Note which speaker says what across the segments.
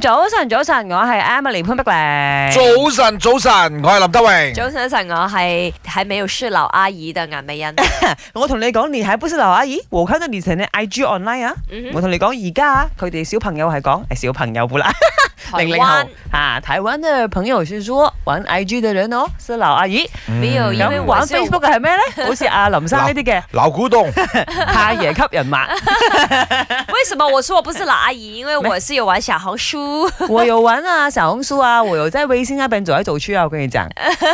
Speaker 1: 早晨，早晨，我係 Emily 潘碧玲。
Speaker 2: 早晨，早晨，我係林德榮。
Speaker 3: 早晨，晨，我係喺美容師樓阿姨嘅顏美 欣。
Speaker 1: 我同你講，你喺不是劉阿姨，我看到你成日 IG online 啊。
Speaker 3: 嗯
Speaker 1: 我
Speaker 3: 哼
Speaker 1: 同你講，而家啊佢哋小朋友係講 誒小朋友不啦，
Speaker 3: 台
Speaker 1: 零零後
Speaker 3: 灣
Speaker 1: 啊，台灣嘅朋友是說玩 IG 嘅人哦，是劉阿姨。
Speaker 3: 邊 度因為
Speaker 1: 咁
Speaker 3: 我
Speaker 1: 玩
Speaker 3: 是用
Speaker 1: Facebook 嘅係咩 咧？好似阿林生呢啲嘅
Speaker 2: 老古董，
Speaker 1: 太爺級 人物，
Speaker 3: 為什麼我說我不是老阿姨？因為 我是有玩小紅書。
Speaker 1: 我有玩啊，小紅書啊，我有在微信啊，並做喺做出啊，我 跟你講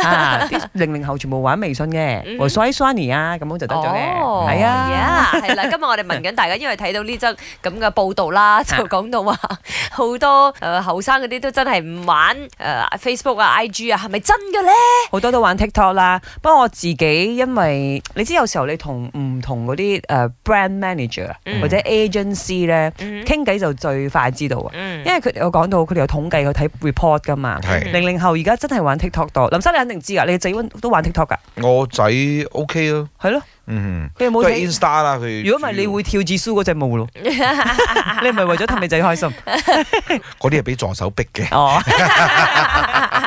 Speaker 1: 啊，啲零零後全部玩微信嘅，
Speaker 3: 嗯
Speaker 1: 我刷一刷你啊，咁樣就得咗嘅，係啊。
Speaker 3: Yeah，係啦。今日我哋問緊大家，因為睇到呢則咁嘅報 道啦，就講到話好多誒後生嗰啲都真係唔玩誒 Facebook 啊、IG 啊，係咪真嘅咧？
Speaker 1: 好多都玩 TikTok 啦，不過我自己因為你知有時候你同唔同嗰啲誒 brand manager 啊
Speaker 3: 嗯
Speaker 1: 或者 agency 咧
Speaker 3: 嗯
Speaker 1: 傾偈就最快知道啊，
Speaker 3: 嗯
Speaker 1: 因為佢哋有講到佢哋有統計去睇 report 噶嘛。
Speaker 2: 係
Speaker 1: 零零後而家真係玩 TikTok 多，林生你肯定知噶，你仔都玩 TikTok 噶，
Speaker 2: 我仔 OK 咯，
Speaker 1: 係咯，
Speaker 2: 嗯，
Speaker 1: 佢有
Speaker 2: 都
Speaker 1: 冇
Speaker 2: 係
Speaker 1: 睇？
Speaker 2: Insta 啦佢。
Speaker 1: 如果唔係，你會跳字蘇嗰隻舞咯， 你唔係為咗氹你仔開 心
Speaker 2: 嗰啲係俾助手逼嘅。
Speaker 1: 哦。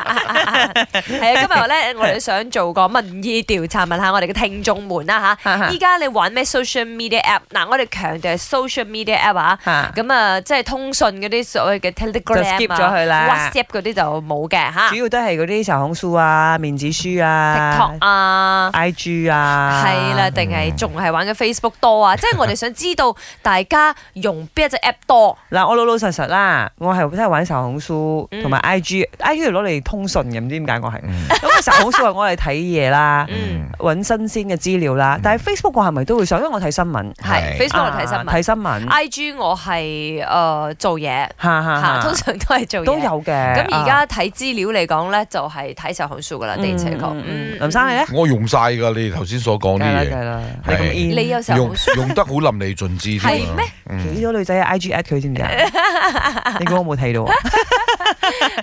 Speaker 3: 係啊，今日咧我哋想做個民意調查，問下我哋嘅聽眾們啦
Speaker 1: 哦
Speaker 3: 吓。依家你玩咩 social media app？嗱，我哋強調係 social media app 啊。
Speaker 1: 嚇
Speaker 3: 咁啊，即係通訊嗰啲所謂嘅
Speaker 1: skip
Speaker 3: Telegram
Speaker 1: 咗佢啦
Speaker 3: 啊、WhatsApp 嗰啲就冇嘅嚇
Speaker 1: 主要都係嗰啲小紅書啊、面子書啊
Speaker 3: ，TikTok、啊。
Speaker 1: IG 啊，
Speaker 3: 係啦，定係仲係玩嘅 Facebook 多啊？即係我哋想知道大家用邊一隻 app 多？
Speaker 1: 嗱，我老老實實啦，我係真係玩手紅書
Speaker 3: 嗯
Speaker 1: 同埋 I G，I G 係攞嚟通訊嘅，唔知點解我係。
Speaker 2: 嗯
Speaker 1: 咁啊，手紅書係我嚟睇嘢 啦，
Speaker 3: 嗯，
Speaker 1: 揾新鮮嘅資料
Speaker 2: 嗯
Speaker 1: 啦。但係 Facebook 我係咪都會上？因為我睇新聞，
Speaker 3: 係
Speaker 2: 係
Speaker 3: Facebook 我睇新
Speaker 1: 啊
Speaker 3: 聞
Speaker 1: 睇新 聞，
Speaker 3: ，IG 我係誒做嘢
Speaker 1: 嚇嚇
Speaker 3: 嚇，
Speaker 1: 嚇
Speaker 3: 通常都係做嘢。
Speaker 1: 啊都有嘅。
Speaker 3: 咁而
Speaker 1: 啊
Speaker 3: 家睇資料嚟講咧，就係睇小紅書噶啦，的而且確。
Speaker 1: 嗯嗯
Speaker 3: 嗯
Speaker 1: 嗯林生你咧？
Speaker 2: 我用晒㗎，你頭先所講啲
Speaker 1: 梗啦
Speaker 2: 嘢，
Speaker 1: 梗啦，你
Speaker 2: 係
Speaker 1: 咁 in，
Speaker 3: 你有小
Speaker 2: 用
Speaker 3: 紅書
Speaker 2: 用得好淋漓盡致添啊。
Speaker 3: 係咩
Speaker 2: 嗯？
Speaker 1: 幾多女仔喺 I G at 佢知唔知啊？ 你估我冇睇到啊？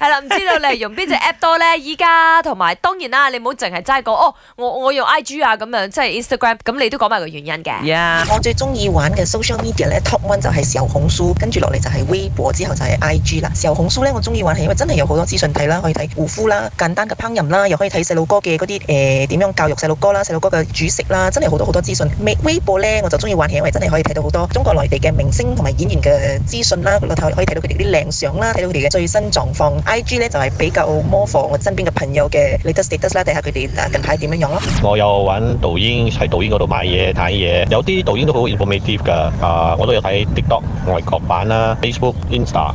Speaker 3: 係啦，唔知道你係用邊隻 app 多咧？依家同埋當然啦，你唔好淨係齋講哦，我我用 IG 啊咁樣，即係 Instagram，咁你都講埋個原因嘅。
Speaker 1: 呀，
Speaker 4: 我最中意玩嘅 social media 咧，top one 就係小紅書，跟住落嚟就係微博，之後就係 IG 啦。小紅書咧，我中意玩係因為真係有好多資訊睇啦，可以睇護膚啦、簡單嘅烹飪啦，又可以睇細路哥嘅嗰啲誒點樣教育細路哥啦、細路哥嘅煮食啦，真係好多好多資訊。微微博咧，我就中意玩係因為真係可以睇到好多中國內地嘅明星同埋演員嘅資訊啦，裏頭可以睇到佢哋啲靚相啦，睇到佢哋嘅最新狀況。IG 咧就係、比較 more for 我身邊嘅朋友嘅 latest status 啦，睇下佢哋啊近排點樣樣咯。
Speaker 5: 我有玩抖音，喺抖音嗰度買嘢睇嘢，有啲抖音都好 informative 噶。啊、我都有睇 TikTok 外國版啦、Facebook、Insta。